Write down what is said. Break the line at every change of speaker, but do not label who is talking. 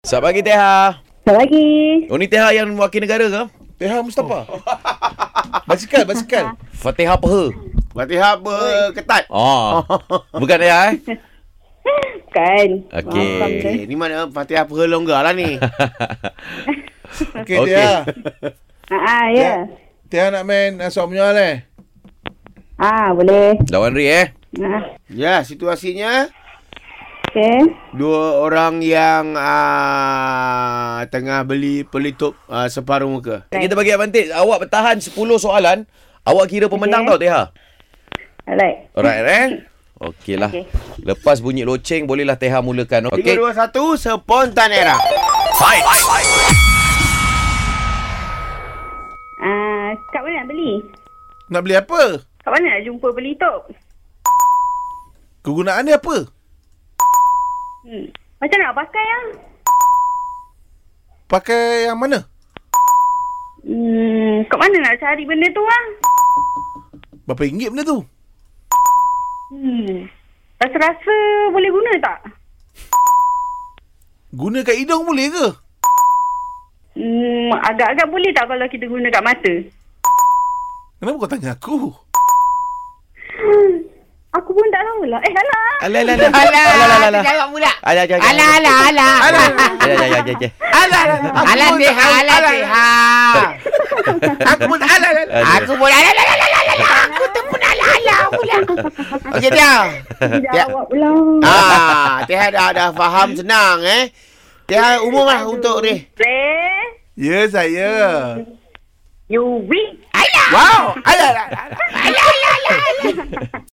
Selamat pagi Teha.
Selamat pagi.
Oh ni Teha yang wakil negara ke?
Teha Mustafa. basikal, basikal.
Fatihah Peha.
Fatihah berketat.
Oh. Bukan Teha eh?
Kan.
Okey.
Maafkan saya.
Eh, ni mana Fatihah perlonggar lah ni.
Okey,
Okey.
okay. Tia.
Ah, ah, ya.
Tia nak main uh, soal menyoal eh?
Ah, boleh.
Lawan Ri eh?
Ah,
ya, situasinya
okey.
dua orang yang uh, tengah beli pelitup uh, separuh muka.
Right. Kita bagi advantage. Awak bertahan 10 soalan. Awak kira pemenang okay. tau
Okey.
Teha.
Alright.
Alright eh? Okey lah. Okay.
Okey.
Lepas bunyi loceng bolehlah Teha mulakan.
Tiga,
Okey.
dua, satu, spontan era.
Ah, kat mana nak beli?
Nak beli apa?
Kat mana nak jumpa beli tu?
Kegunaan dia apa?
Hmm. Macam nak pakai ah?
Pakai yang mana?
Hmm, kat mana nak cari benda tu ah?
Berapa ringgit benda tu?
Hmm. Rasa-rasa boleh guna tak?
Guna kat hidung boleh ke?
Hmm, agak-agak boleh tak kalau kita guna kat mata?
Kenapa kau tanya aku?
Aku pun tak tahu lah. Eh, alah.
Alah alah alah. Alah alah alah. Jawab pula. Alah alah alah. Alah alah alah. Alah alah alah.
Alah Teha, alah Teha.
Aku pun alah alah.
Aku pun alah alah alah alah alah. Aku tu pun alah alah pula. Okey dia.
Ya.
Jawab pula.
ah, Teha dah, dah faham senang eh. Teha umum lah untuk Rih.
Play.
Ya saya.
You win.
Wow, alah, alah.
Alah alah alah.